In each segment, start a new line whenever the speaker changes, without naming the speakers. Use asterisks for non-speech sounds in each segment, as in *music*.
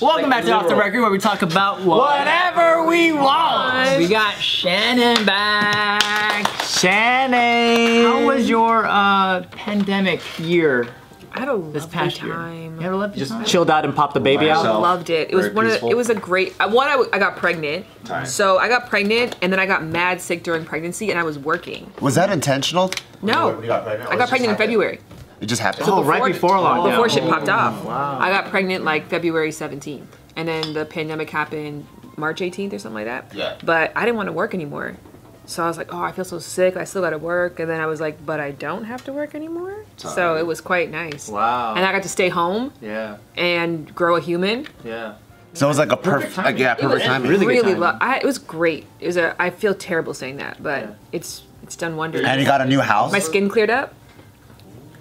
Welcome back to Off the
literal.
Record, where we talk about what.
Whatever we want.
We got Shannon back.
Shannon.
How was your uh, pandemic year
I had a
this
lovely
past year?
time.
You ever left
Just
time?
chilled out and popped the baby
I
out.
yourself.
loved it. It was
Very
one
peaceful.
of the, it was a great I- one. I, w- I got pregnant,
Time.
so I got pregnant, and then I got mad sick during pregnancy, and I was working.
Was that intentional?
No,
You got pregnant, or
I
it
got
just
pregnant in
happened?
February.
It just happened.
Oh, right before lockdown.
Before shit popped
Oh,
off, I got pregnant like February 17th, and then the pandemic happened March 18th or something like that.
Yeah.
But I didn't want to work anymore, so I was like, oh, I feel so sick. I still got to work, and then I was like, but I don't have to work anymore. So it was quite nice.
Wow.
And I got to stay home
yeah.
and grow a human.
Yeah.
So it was like a perfect, like, yeah,
It was
perfect timing.
really good timing.
lo- I, it was great. It was a. I feel terrible saying that, but
Yeah.
it's it's done wonders.
And you got a new house.
My skin cleared up.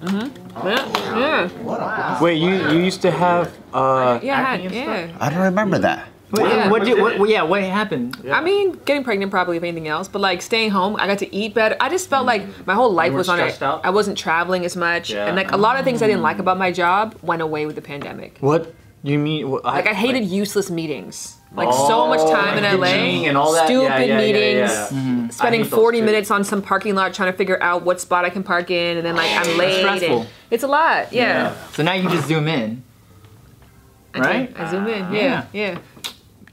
Mm-hmm. Yeah, yeah,
Wait, you you used to have uh
yeah, I had-
Acne and
yeah.
I don't remember that.
What,
Yeah.
what did, what, yeah, what happened?
I mean, getting pregnant probably if anything else, but like staying home, I got to eat better. I just felt like my whole life
weren't
was on it.
stressed out?
I wasn't traveling as much,
Yeah.
and like a lot of things I didn't like about my job went away with the pandemic.
what you mean? What,
Like I hated useless meetings. Like so much time
Oh, like
in LA,
ditching and all that.
stupid
Yeah, yeah, yeah,
meetings,
yeah.
spending
I hate those
40
too.
minutes on some parking lot trying to figure out what spot I can park in, and then like I'm late. and-
stressful.
it's a lot, yeah.
So now you can just zoom in.
I do.
Right?
I zoom
Ah.
in, yeah, yeah.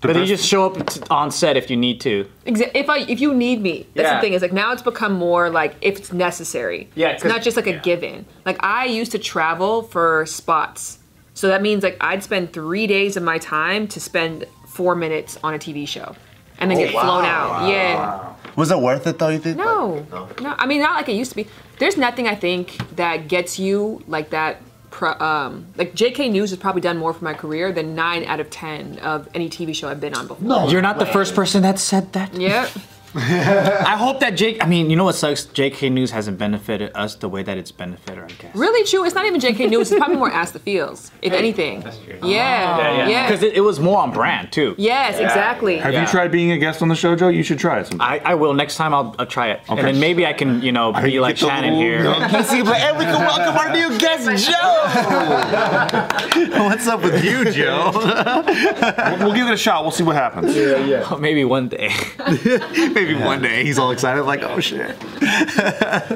But you just show up t- on set if you need to.
Exa- If I if you need me, that's
Yeah.
the thing. Is like now it's become more like if it's necessary.
Yeah,
it's
'cause-
not just like a given. Like I used to travel for spots, so that means like I'd spend three days of my time to spend four minutes on a TV show, and
Oh,
then get flown out. Yeah,
Was it worth it though? You think?
no, no. I mean, not like it used to be. There's nothing I think that gets you like that. Pro, um, like JK News has probably done more for my career than nine out of ten of any TV show I've been on before.
Oh,
You're not the first person that said that.
Yep.
I hope that Jake. I mean, you know what sucks? JK News hasn't benefited us the way that it's benefited our guests.
Really true. It's not even JK News. It's probably more Ask the Fields, if anything. Yeah. Yeah.
Because it, it was more on brand too.
yes, exactly.
yeah.
Have
Yeah.
you tried being a guest on the show, Joe? You should try it sometime.
I, I will next time. I'll, I'll try it,
Okay.
and then maybe I can, you know, be like Shannon
*laughs*
here.
Let's see, but and we can welcome our new guest,
*laughs*
Joe. What's up with you, Joe?
*laughs* we'll, we'll give it a shot. We'll see what happens.
Oh, maybe one day. *laughs*
Maybe one day he's all excited, like, oh shit.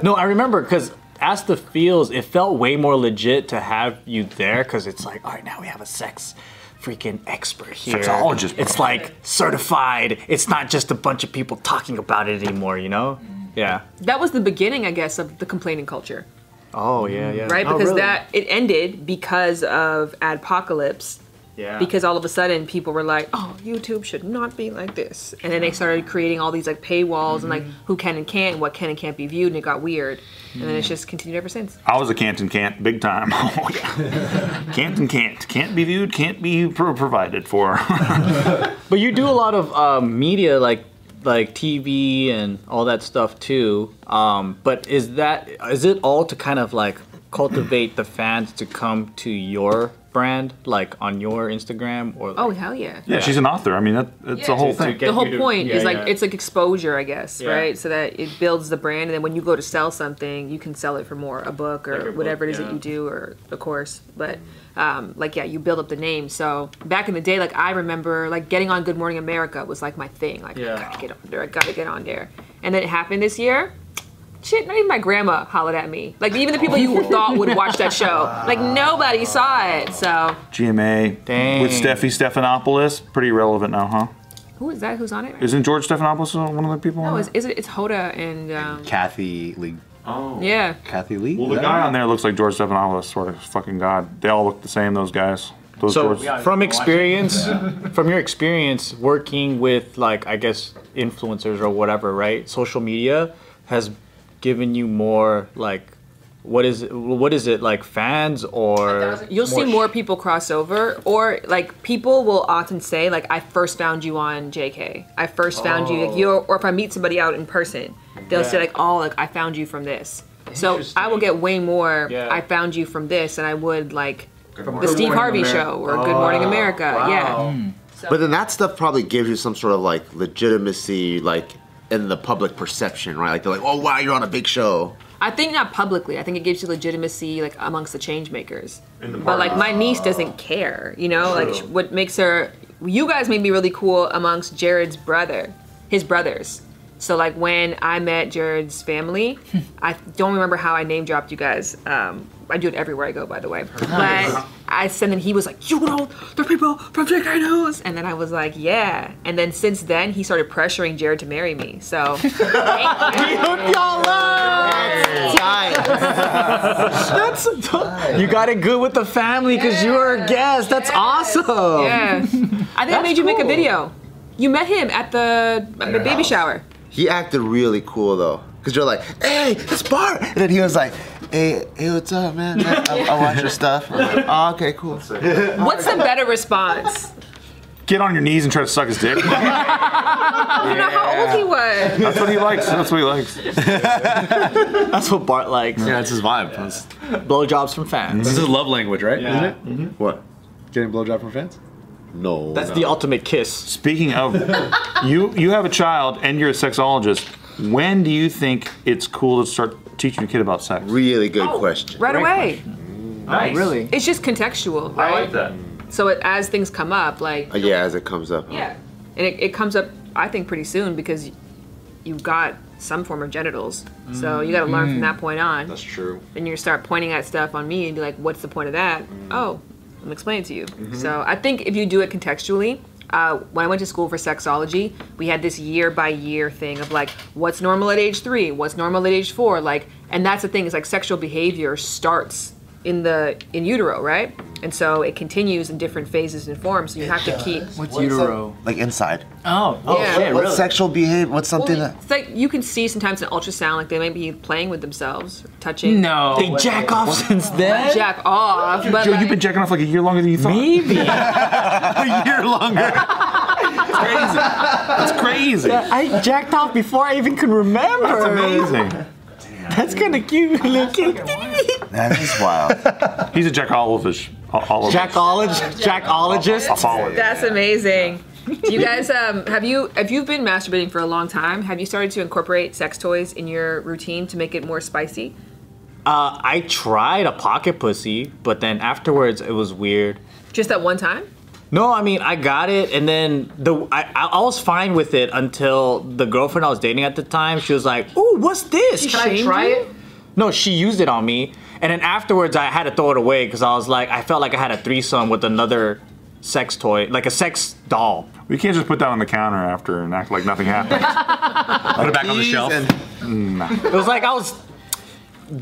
No, I remember because Ask the Feels, it felt way more legit to have you there because it's like, all right, now we have a sex freaking expert here.
Sexologist, bro.
It's like certified. It's not just a bunch of people talking about it anymore, you know? Yeah.
That was the beginning, I guess, of the complaining culture,
Oh, yeah, yeah.
right?
Oh,
Because
really?
that it ended because of Adpocalypse.
Yeah.
Because all of a sudden people were like, "Oh, YouTube should not be like this," and then they started creating all these like paywalls and like who can and can't, and what can and can't be viewed, and it got weird, and then it's just continued ever since.
I was a Canton Cant, big time. *laughs* Oh, yeah. Canton Cant. Can't be viewed, can't be pro- provided for.
But you do a lot of um, media, like like TV and all that stuff too. Um, but is that is it all to kind of like cultivate the fans to come to your brand, like on your Instagram or?
Oh
like-
hell yeah!
yeah, *laughs* she's an author. I mean, that, it's
Yeah.
the whole
To- to
thing.
get
Oh, the whole
you to-
point
yeah,
is like
yeah.
it's like exposure i guess
Yeah.
right so that it builds the brand and then when you go to sell something you can sell it for more a book or
Like a book,
whatever it is
yeah.
that you do or the course but um, like yeah you build up the name so back in the day like i remember like getting on good morning america was like my thing like
Yeah.
i gotta get on there i gotta get on there and then it happened this year Shit, not even my grandma hollered at me. Like even the
*laughs*
people you thought would watch that show, like
Ah.
nobody saw it. So
GMA
Dang.
with Steffi Stephanopoulos. Pretty relevant now, huh?
who is that? Who's on it? Right
Isn't George Stephanopoulos one of the people?
now?
on
Oh, is,
it?
is it? It's Hoda and um,
Kathy Lee.
yeah.
Kathy Lee.
Well, the guy on there looks like George Stephanopoulos, swear to fucking God. They all look the same, those guys. Those
So
George.
from experience, from your experience working with like I guess influencers or whatever, right? Social media has given you more like what is what is it like fans or
You'll see
sh-
more people cross over, or like people will often say, like, I first found you on JK. I first found you, like, you, or if I meet somebody out in person, they'll say, like, oh, like, I found you from this. So I will get way more,
Yeah.
I found you from this, than I would, like,
Morning
the Steve Harvey
America.
show or Good Morning
Oh,
America. Yeah.
Hmm. But then that stuff probably gives you some sort of like legitimacy, like in the public perception, right? Like they're like, "Oh wow, you're on a big show."
I think not publicly. I think it gives you legitimacy like amongst the change makers.
In the
But like
parties.
my niece doesn't care, you know. Like
True.
what makes her, you guys made me really cool amongst Jared's brother, his brothers. So like when I met Jared's family, I don't remember how I name dropped you guys. Um, I do it everywhere I go, by the way. But I said, and he was like, "You know the people from JK News," and then I was like, "Yeah." And then since then, he started pressuring Jared to marry me. So
*laughs* That's you got it good with the family because you were a guest. That's awesome.
Yeah. I think I made you make a video. You met him at the, at the
your
baby
house.
shower.
He acted really cool though, because you're like, "Hey, it's Bart," and then he was like, "Hey, hey, what's up, man? I, I, I watch your
*laughs*
stuff." I'm like, oh, okay, cool.
What's the better response?
Get on your knees and try to suck his dick.
I don't know how old he was.
That's what he likes. That's what he likes.
That's what Bart likes.
Yeah, it's his vibe. That's-
Blowjobs from fans.
This is love language, right? Isn't it?
What?
Getting blowjob from fans?
No.
That's
no.
the ultimate kiss.
Speaking of, you you have a child and you're a sexologist. When do you think it's cool to start teaching your kid about sex?
really good question.
Right away.
Nice. really?
It's just contextual, right?
that.
So it, as things come up, like
Uh, yeah, as it comes up.
yeah, and it, it comes up I think pretty soon because you've got some form of genitals. So you got to learn from that point on.
That's true.
and you start pointing at stuff on me and be like, "What's the point of that?" Oh, I'm explaining to you. So I think if you do it contextually. Uh, when I went to school for sexology, we had this year by year thing of like, what's normal at age three? What's normal at age four? Like, and that's the thing is like sexual behavior starts in the in utero, right? And so it continues in different phases and forms. So you have to keep.
What's,
What's up-
utero?
Like inside.
Oh, oh
Yeah.
shit,
What's
really?
sexual behavior? What's
Well,
something that?
it's like you can see sometimes in ultrasound, like they might be playing with themselves, touching.
No.
They jack off since then.
Jack off. But
Joe,
like,
you've been jacking off like a year longer than you thought.
Maybe.
A year
*laughs*
longer. It's crazy. It's crazy.
I jacked off before I even can remember.
That's amazing.
That's kind of cute looking.
That is wild.
He's a jack olivish. Olivish.
*laughs* Jackologist. Jackologist.
That's amazing. Do you guys um, have you if you've been masturbating for a long time, have you started to incorporate sex toys in your routine to make it more spicy?
Uh, I tried a pocket pussy, but then afterwards it was weird.
Just at one time?
No, I mean I got it, and then the I, I I was fine with it until the girlfriend I was dating at the time. She was like, "Ooh, what's this? Can I
shamed
try
you?
it?" No, she used it on me, and then afterwards I had to throw it away because I was like, I felt like I had a threesome with another sex toy, like a sex doll.
We can't just put that on the counter after and act like nothing
*laughs*
happened.
Put it back on the shelf.
It was like I was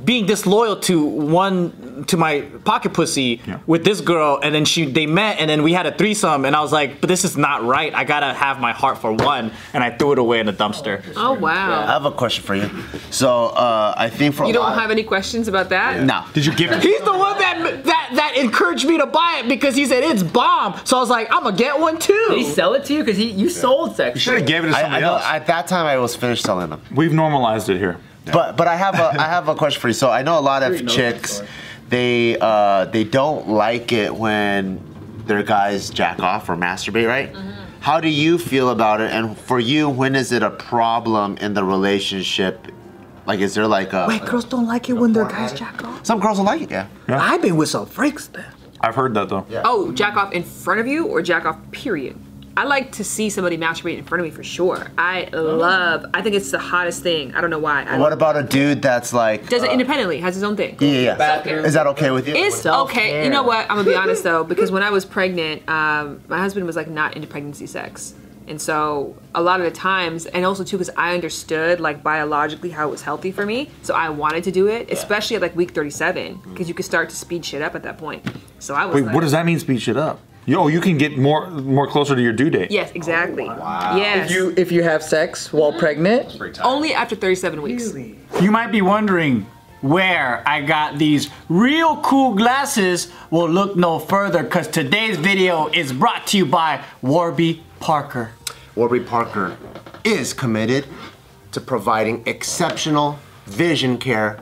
being disloyal to one to my pocket pussy
Yeah.
with this girl, and then she they met, and then we had a threesome, and I was like, "But this is not right. I gotta have my heart for one," and I threw it away in a dumpster.
Oh wow.
I have a question for you. So uh, I think for a
You don't
lot-
have any questions about that?
No.
Did you give it?
He's the one that that that encouraged me to buy it because he said it's bomb. So I was like, I'm gonna get one
Did he
too.
sell it to you? Because he you sold sex.
Should have gave it to
I, I
somebody
know,
else.
at that time, I was finished selling them.
We've normalized it here.
But but I have a I have a question for you. So I know a lot
Sure you
of
know
chicks,
that story.
they uh, they don't like it when their guys jack off or masturbate, right?
Uh-huh.
How do you feel about it? And for you, when is it a problem in the relationship? Like, is there like a
girls don't like it when their guys jack off.
some girls don't like it? Yeah.
I've been with some freaks then.
I've heard that though.
Oh, jack off in front of you or jack off period. I like to see somebody masturbate in front of me for sure. I love I think it's the hottest thing. I don't know why. I
Oh. What about a dude that's like?
does it independently, has his own thing.
yeah, yeah.
Bathroom.
Is that okay with you?
It's okay. You
Self-care.
know what? I'm gonna be honest though, because when I was pregnant, um, my husband was like not into pregnancy sex, and so a lot of the times, and also too, because I understood like biologically how it was healthy for me, so I wanted to do it, especially at like week 37, because you could start to speed shit up at that point. So I was.
Wait,
like,
what does that mean? Speed shit up. Yo, you can get more more closer to your due date.
Yes, exactly. wow. Yes.
if you have sex while pregnant,
Only after 37 weeks.
you might be wondering where I got these real cool glasses. Well, look no further because today's video is brought to you by Warby Parker.
Warby Parker is committed to providing exceptional vision care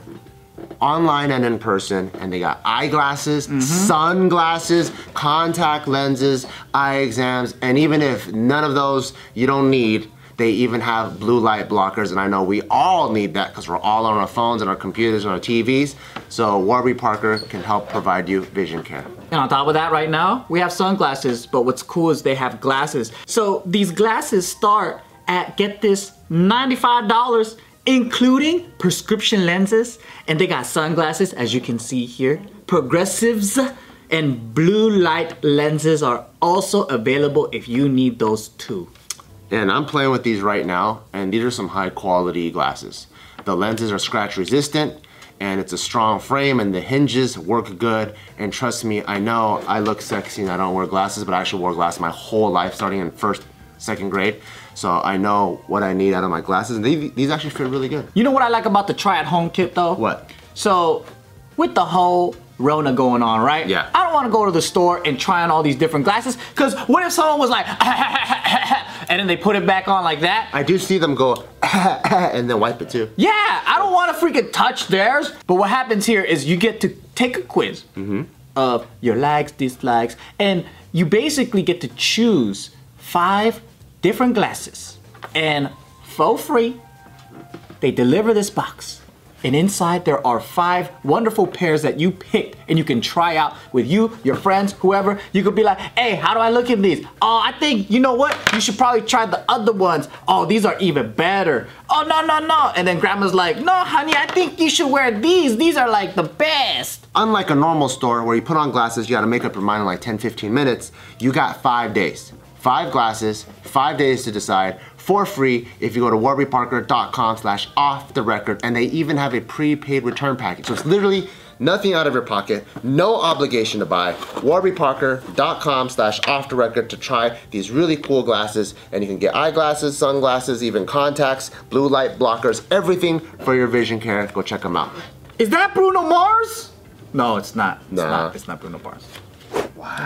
online and in person. And they got eyeglasses, sunglasses, contact lenses, eye exams, and even if none of those you don't need, They even have blue light blockers, and I know we all need that because we're all on our phones and our computers and our TVs. So Warby Parker can help provide you vision care.
And on top of that, right now, we have sunglasses, but what's cool is they have glasses. So these glasses start at, get this, $95, including prescription lenses. And they got sunglasses, as you can see here. Progressives and blue light lenses are also available if you need those too.
And I'm playing with these right now, and these are some high quality glasses. The lenses are scratch resistant, and it's a strong frame, and the hinges work good. And trust me, I know I look sexy and I don't wear glasses, but I actually wore glasses my whole life, starting in first, second grade. So I know what I need out of my glasses, and these, these actually fit really good.
You know what I like about the try at home kit though?
What?
So, with the whole Rona going on, right?
Yeah.
I don't want to go to the store and try on all these different glasses because what if someone was like, *laughs* and then they put it back on like that?
I do see them go, *laughs* and then wipe it too.
Yeah, I don't want to freaking touch theirs. But what happens here is you get to take a quiz of your likes, dislikes, and you basically get to choose five different glasses. And for free, they deliver this box. And inside there are five wonderful pairs that you picked and you can try out with you, your friends, whoever. You could be like, hey, how do I look in these? Oh, I think, you know what? You should probably try the other ones. Oh, these are even better. Oh, no, no, no. And then grandma's like, no, honey, I think you should wear these. These are like the best.
unlike a normal store where you put on glasses, you gotta make up your mind in like 10, 15 minutes, you got five days. Five glasses, five days to decide for free if you go to warbyparker.com slash off the record and they even have a prepaid return package. So it's literally nothing out of your pocket, no obligation to buy. warbyparker.com slash off the record to try these really cool glasses and you can get eyeglasses, sunglasses, even contacts, blue light blockers, everything for your vision care. Go check them out.
Is that Bruno Mars? No, it's not. It's
Nah.
not. It's not Bruno Mars.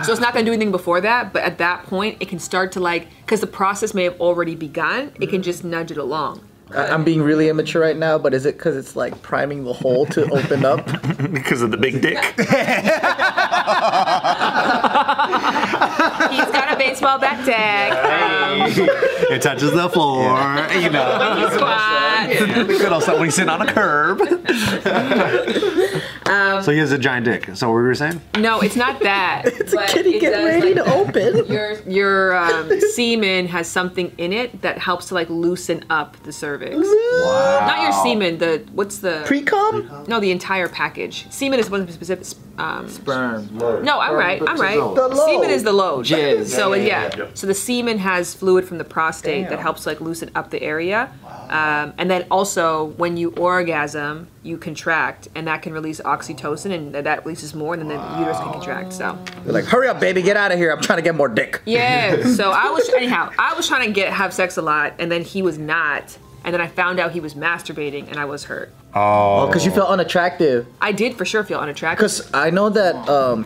So it's not going to do anything before that, but at that point, it can start to like, because the process may have already begun, it can just nudge it along.
I- I'm being really immature right now, but is it because it's like priming the hole to open up?
because of the big dick.
He's got a baseball bat tag. Um,
It touches the floor. You know,
*laughs*
*laughs*
he squats.
good old stuff when he's sitting on a
*laughs*
curb.
Um,
so he has a giant dick. So what were you saying?
No, it's
*laughs*
not that. It's
a kitty getting ready to open.
Your
*laughs*
your um, semen has something in it that helps to like loosen up the cervix. Not your semen. The what's the
Pre-com?
no the entire package. Semen is one specific. Um,
Sperm.
no, I'm right. I'm right.
The load.
Semen is the load.
Jizz.
So yeah, So the semen has fluid from the prostate that helps like loosen up the area. Um, and then also when you orgasm, you contract, and that can release oxytocin, and th- that releases more, and then the uterus can contract. So.
They're like, hurry up, baby, get out of here. I'm trying to get more dick.
*laughs* Yeah. So I was anyhow. I was trying to get have sex a lot, and then he was not. And then I found out he was masturbating, and I was hurt.
Because Oh, you felt unattractive.
I did for sure feel unattractive.
Because I know that um,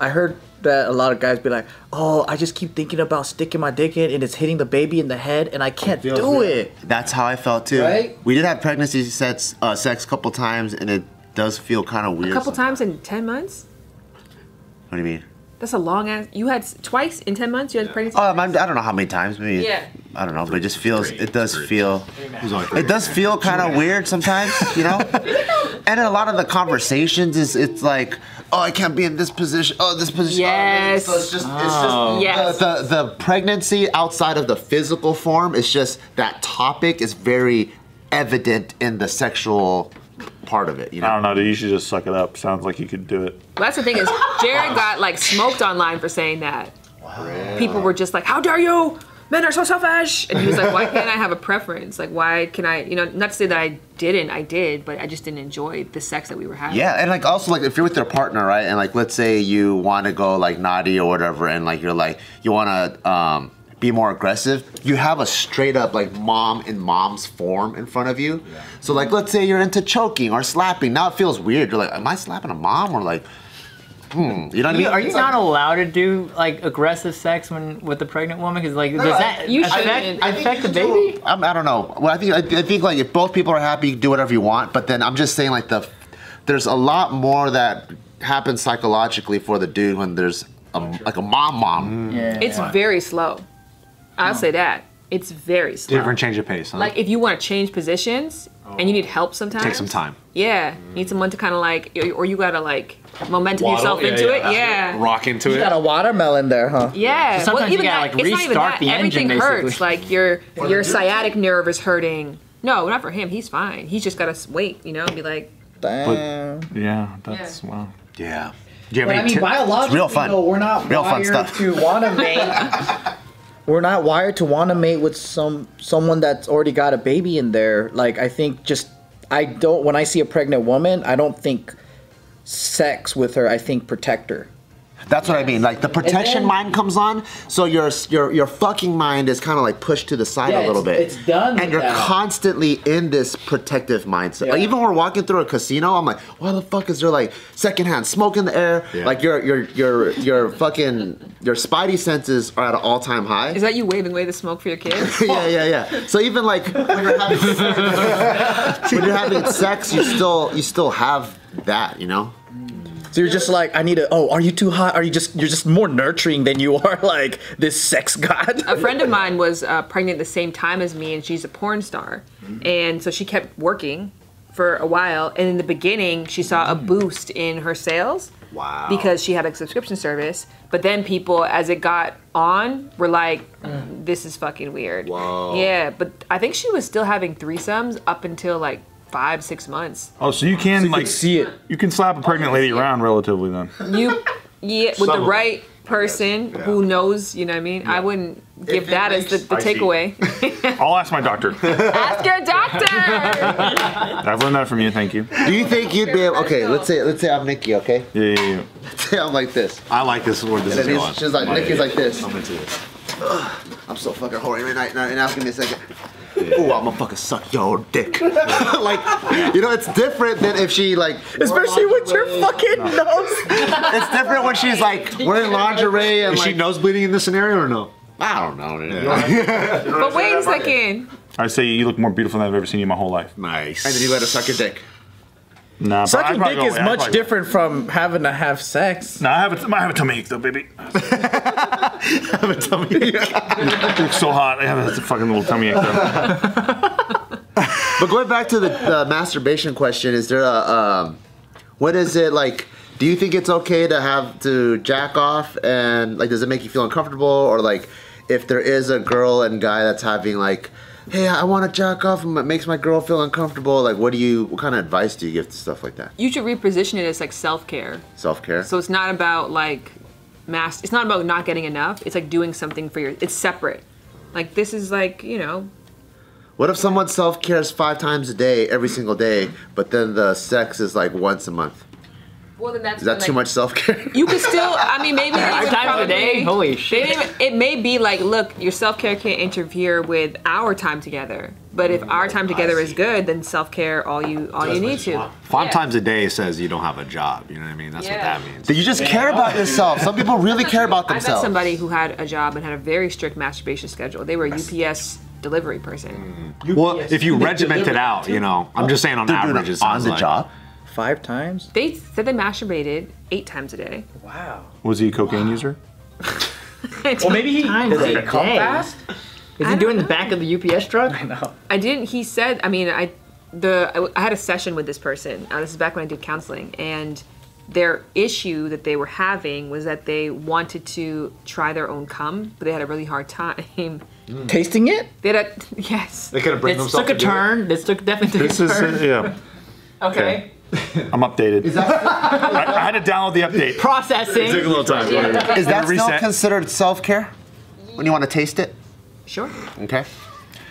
I heard that a lot of guys be like, oh, I just keep thinking about sticking my dick in and it's hitting the baby in the head and I can't do it.
That's how I felt too.
Right?
We did have pregnancy sex, uh, sex a couple times, and it does feel kind of weird.
A couple
sometimes.
times in ten months.
What do you mean?
That's a long ass. You had s- twice in ten months. You had pregnancy.
Oh, I'm, I don't know how many times. Maybe.
Yeah.
I don't know, but it just feels. It does feel. It does feel kind of weird sometimes,
*laughs*
you know. and in a lot of the conversations, is it's like, oh, I can't be in this position. Oh, this position.
Yes.
Oh, this- so it's just, it's just
Yes.
the, the the pregnancy outside of the physical form. It's just that topic is very evident in the sexual part of it. You know.
I don't know, dude. You should just suck it up. Sounds like you could do it.
Well, that's the thing is, Jared got like smoked online for saying that. People were just like, "How dare you? Men are so selfish." And he was like, "Why can't I have a preference? Like, why can I? You know, not to say that I didn't. I did, but I just didn't enjoy the sex that we were having."
Yeah, and like also like if you're with your partner, right? And like let's say you want to go like naughty or whatever, and like you're like you want to um, be more aggressive. You have a straight up like mom in mom's form in front of you. So like let's say you're into choking or slapping. Now it feels weird. You're like, am I slapping a mom or like? Hmm. You know what I mean?
Are you
It's
not
like-
allowed to do like aggressive sex when with the pregnant woman? Because like does that
you
affect,
shouldn't. I
affect the
you can do-
baby?
I'm- I don't know. Well, I think I, I think like if both people are happy, you can do whatever you want. But then I'm just saying like the there's a lot more that happens psychologically for the dude when there's a, like a mom mom.
It's very slow. I'll say that. It's very slow.
Different change of pace, huh?
Like if you want to change positions and
Oh.
you need help sometimes.
Take some time.
Yeah, need someone to kind of like, or you gotta like momentum
Waddle,
yourself
yeah,
into
yeah.
it. Yeah.
Mm.
Rock into
You got
it.
a watermelon there, huh?
Yeah.
So sometimes
well,
you
even
gotta,
that,
like,
it's not even
restart
that.
the engine,
Everything hurts.
basically.
Like your your sciatic nerve is hurting. No, not for him. He's fine. He's just gotta s- wait, you know, and be like,
Damn.
Yeah, that's wow.
Yeah.
Do you have
But I
any
mean,
tip-
biologically,
real fun.
though, we're not
Real fun
*laughs*
wired
stuff.
to want to mate. we're not wired to want to mate with some someone that's already got a baby in there. Like, I think just I don't. When I see a pregnant woman, I don't think sex with her. I think protect her.
That's what I mean. Like the protection
then-
mind comes on, so your your your fucking mind is kind of like pushed to the side
Yeah,
a little
it's-
bit.
it's done
And
with
you're
that.
constantly in this protective mindset. Like
Yeah.
even when we're walking through a casino, I'm like, why the fuck is there like secondhand smoke in the air?
Yeah.
Like your your your your fucking your spidey senses are at an all time high.
"Is that you waving away the smoke for your kids?"
*laughs* yeah, yeah, yeah. So even like when
*laughs*
you're having sex, when you're having sex, you still you still have that, you know.
So you're just like, I need a. Oh, are you too hot? Are you just? You're just more nurturing than you are *laughs* like this sex god.
a friend of mine was uh, pregnant the same time as me, and she's a porn star, and so she kept working for a while. And in the beginning, she saw a boost in her sales.
Wow.
Because she had a subscription service, but then people, as it got on, were like, "This is fucking weird."
Whoa.
Yeah, but I think she was still having threesomes up until like five, six months.
Oh, so you can like
see it.
You can slap a pregnant lady around relatively then.
*laughs* You, yeah, with
Some of
the
'em.
right person who knows, you know what I mean. I wouldn't give
it
that as the,
makes-
the
I see.
takeaway.
*laughs*
I'll ask my doctor.
Ask your doctor.
I've learned that from you. Thank you.
Do you think you'd be able? Okay, let's say let's say I'm Nikki. Okay,
Yeah, yeah, yeah.
say *laughs* I'm like this.
I like this where this is
And he's-
going.
she's like, Nikki's like this.
I'm into it.
I'm so fucking horny right now. And now give me a second. Ooh, I'm gonna fucking suck your dick. *laughs* like, you know, it's different than if she like.
Especially with your fucking nose.
It's different when she's like wearing lingerie and
Is
like.
she nose bleeding in this scenario or no?
I don't know. dude.
But wait a second.
I say you look more beautiful than I've ever seen you in my whole life.
*laughs* Nice.
And then you let her suck your dick.
Nah, but I'd
Sucking
probably
dick
go-
is
I'd
much
probably go-
different from having to have sex.
Nah, I have a, I have a tummy ache though, baby. I have a *laughs* tummy ache. It's so hot. I have a fucking little tummy ache though.
But going back to the, the masturbation question, is there a um, what is it like? Do you think it's okay to have to jack off and like does it make you feel uncomfortable or like if there is a girl and guy that's having like hey I want to jack off and it makes my girl feel uncomfortable like what do you what kind of advice do you give to stuff like that
You should reposition it as like self care.
self care
So it's not about like mass. It's not about not getting enough. It's like doing something for your. It's separate. Like this is like you know.
what if someone self cares five times a day every single day but then the sex is like once a month
Well then that's
is that too much self care
You could still. I mean
*laughs*
maybe five
Times a day? Holy
They
shit.
didn't even- it may be like, look, your self care can't interfere with our time together. But if our time together is good, then self care all you all you need to.
Five
Yeah.
times a day says you don't have a job. You know what I mean? That's
Yeah.
what that means.
that *laughs* you just care about yourself some people really care about
I met
themselves
somebody who had a job and had a very strict masturbation schedule. They were a UPS delivery person.
Well, if you regiment it out, you know, I'm just saying on
They're doing
average,
it
it
on
sounds
the
like-
job
Five times?
They said they masturbated eight times a day.
Wow.
Was he a cocaine user?
Well, maybe he
Times
does he
a
come
day.
fast.
Is he doing the back of the UPS truck?
I didn't. He said. I mean, I the I, w- I had a session with this person. Uh, this is back when I did counseling, and their issue that they were having was that they wanted to try their own cum, but they had a really hard time. *laughs*
Tasting it?
They had a, *laughs* yes.
They could have bring
This
themselves
took a
to do it.
turn. This took definitely took
This
a
is
turn.
yeah.
okay.
I'm updated. I, I had to download the update.
Processing.
little time.
Is that still
Reset.
considered self care? When you want to taste it?
Sure.
Okay.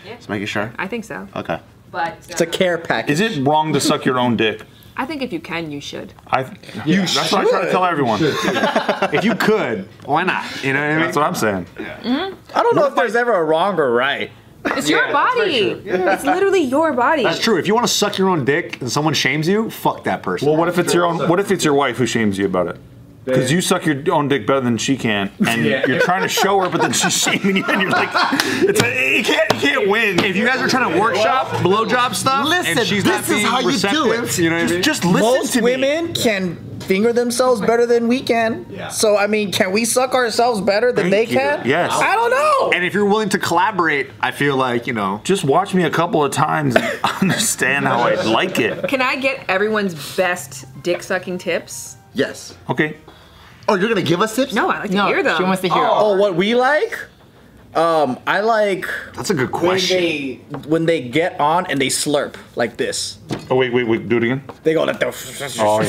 Just making sure.
I think so.
Okay.
But uh,
It's a care package.
Is it wrong to suck your own dick?
I think if you can, you should.
I. you that's what I try to tell everyone.
If you could, why not? You know what I mean?
That's what I'm saying.
I don't know if there's ever a wrong or right.
It's your body. It's literally your body.
That's true. If you want to suck your own dick and someone shames you, fuck that person.
Well, what if it's your own? What if it's your wife who shames you about it? Because you suck your own dick better than she can, and
Yeah.
you're trying to show her, but then she's shaming you, and you're like, it's a, you can't, you can't win.
If you guys are trying to workshop blowjob stuff,
Listen,
and she's
this
not
is
being
how you do it.
receptive, You know what I mean?
just listen
Most
to me.
women can finger themselves better than we can. So I mean, can we suck ourselves better than
Thank
they
you.
can?
Yes.
I don't know.
and if you're willing to collaborate, I feel like you know.
Just watch me a couple of times and *laughs* understand how I like it.
Can I get everyone's best dick sucking tips?
Yes.
Okay.
Oh, you're gonna give us tips?
No, I like to
No,
hear them.
she wants to hear.
Oh, what we like? Um, I like
That's a good
when
*laughs* question.
they when they get on and they slurp like this.
Oh wait, wait, wait. Do it again.
They go like the.
Oh yeah. Sure,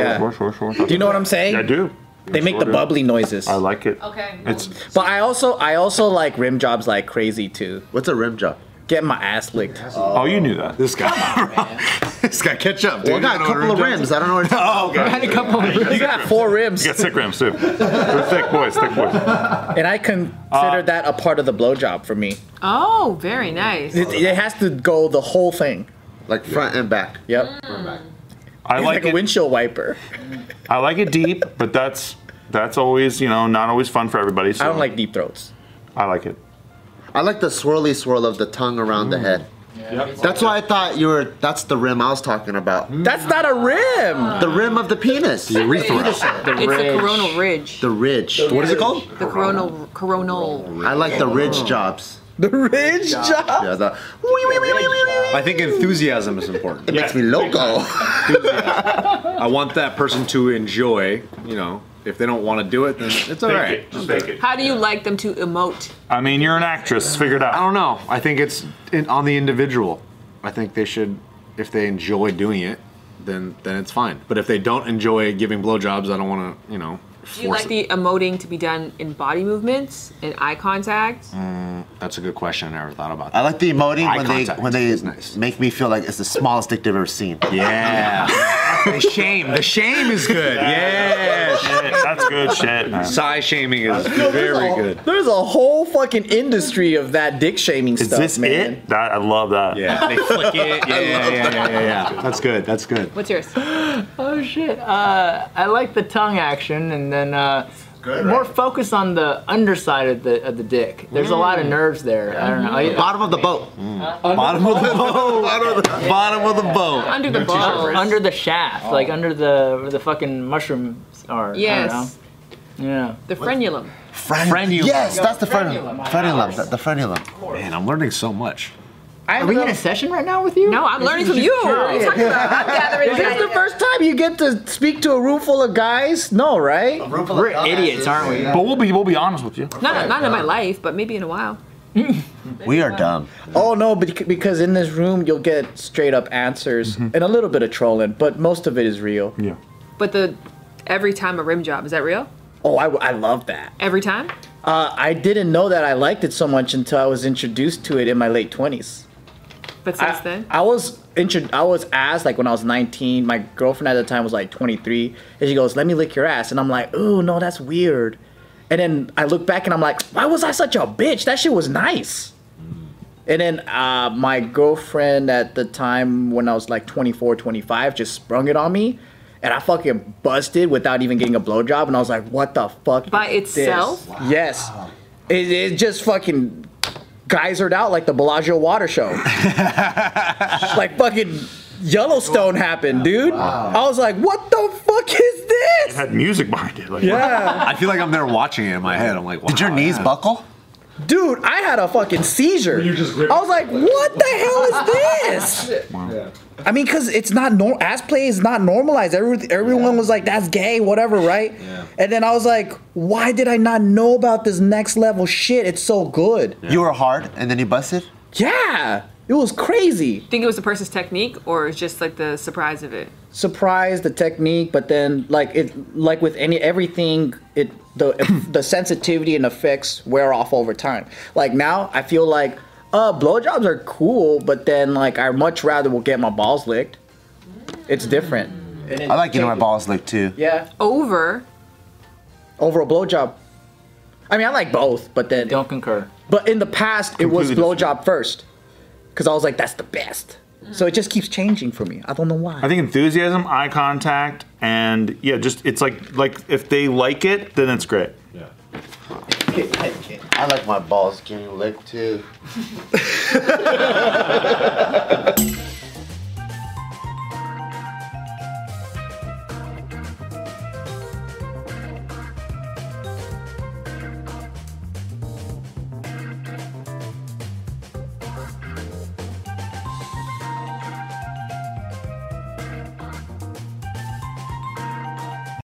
Yeah.
sure, sure, sure, sure.
Do you know what I'm saying?
I do.
They make the
Sure do.
bubbly noises.
I like it.
Okay.
It's
But I also I also like rim jobs like crazy too.
What's a rim job?
Get my ass licked.
oh, you knew that.
this guy, this guy, catch up, dude.
Well,
You know
I got a
what
couple of
rim
rims.
jobs
I don't know. What
are? Oh, okay.
had a couple of
*laughs* You got *laughs* four rims,
You got sick rams too. They're thick boys. Thick boys.
and I consider that a part of the blowjob for me.
Oh, very nice.
It, it has to go the whole thing.
like front and back.
Yep.
I
It's Mm. like,
like
a
it.
windshield wiper.
I like it deep, but that's that's always you know not always fun for everybody. So
I don't like deep throats.
I like it.
I like the swirly swirl of the tongue around
Mm.
the head. That's why I thought you were. That's the rim I was talking about.
That's not a rim.
The rim of the penis. The urethra.
it's the coronal ridge.
The ridge. What is it called?
The coronal coronal.
I like the ridge jobs.
The ridge job.
Yeah, the. Wee, wee, wee, wee, wee, wee.
I think enthusiasm is important.
It makes me loco.
I want that person to enjoy. You know, if they don't want to do it, then it's all
Fake
right.
it. Just fake it.
How do you like them to emote?
I mean, you're an actress. Figure it
I
out.
don't know. I think it's in, on the individual. I think they should, if they enjoy doing it, then then it's fine. But if they don't enjoy giving blowjobs, I don't want to. You know,
Do you
force
like
it.
the emoting to be done in body movements and eye contact?
Mm. That's a good question. I never thought about
I
that.
like the emoting
Eye
when they
contact
when they
is nice.
make me feel like it's the smallest dick they've ever seen.
Yeah. the shame. The shame is *laughs* good. Yeah.
Shit, that's good shit. man.
Sigh shaming is very good.
There's a whole fucking industry of that dick shaming
Is
stuff,
this
man.
it? That I love that.
Yeah. They flick it. Yeah, yeah, yeah, yeah, yeah, yeah. That's good. That's good.
What's yours?
Oh shit! Uh, I like the tongue action, and then uh, more focus on the underside of the of the dick. There's a lot of nerves there. I don't know. I-
Bottom of the boat.
Bottom of the boat. Bottom of the, boat.
Under the
uh,
ball.
under the shaft,
Oh.
like under the where the fucking mushrooms are. I don't
Yes.
know. Yeah.
The frenulum.
Friend.
Frenulum.
Yes, that's the frenulum. Frenulum. The, the frenulum.
Man, I'm learning so much.
Are we in a session right now with you?
No, I'm learning from you. What are you talking about? I'm gathering
Is this the first time you get to speak to a room full of guys? No, right?
We're idiots, aren't we?
But we'll be we'll be honest with you.
Not, not in my life, but maybe in a while.
We are dumb.
Oh no, bec- because in this room you'll get straight up answers and a little bit of trolling, but most of it is real.
Yeah.
But the every time a rim job is that real?
Oh, I, I love that.
Every time?
Uh, I didn't know that I liked it so much until I was introduced to it in my late twenties.
But since
I,
then,
I was intro- I was asked like when I was 19. My girlfriend at the time was like 23, and she goes, "Let me lick your ass," and I'm like, "Ooh, no, that's weird." And then I look back and I'm like, "Why was I such a bitch? That shit was nice." And then uh, my girlfriend at the time, when I was like 24, 25, just sprung it on me, and I fucking busted without even getting a blowjob. And I was like, "What the fuck?"
By
is this?"
itself?
Yes, it, it just fucking geysered out like the Bellagio water show. like fucking Yellowstone happened, dude. I was like, what the fuck is this?
*laughs* Had music behind it. Like,
Yeah.
I feel like I'm there watching it in my head. I'm like, wow,
Did your knees
yeah.
buckle?
Dude, I had a fucking seizure.
you just
I
ripped-
was like, what the hell is this? I mean, cause it's not normal. Ass play is not normalized. Every- everyone was like, "That's gay," whatever, right? And then I was like, "Why did I not know about this next level shit? It's so good."
You were hard, and then you busted.
yeah. it was crazy.
think it was the person's technique or it's just like the surprise of it?
surprise the technique but then like it like with any everything it the *coughs* the sensitivity and effects wear off over time like now i feel like uh blowjobs are cool but then like i much rather will get my balls licked it's different
I like getting my balls licked too.
yeah
Over
over a blowjob i mean i like both but then
Don't concur.
but in the past it was
Completely
blowjob first because i was like that's the best So it just keeps changing for me. I don't know why.
I think enthusiasm, eye contact, and yeah, just it's like like if they like it, then it's great.
I like my balls getting licked too.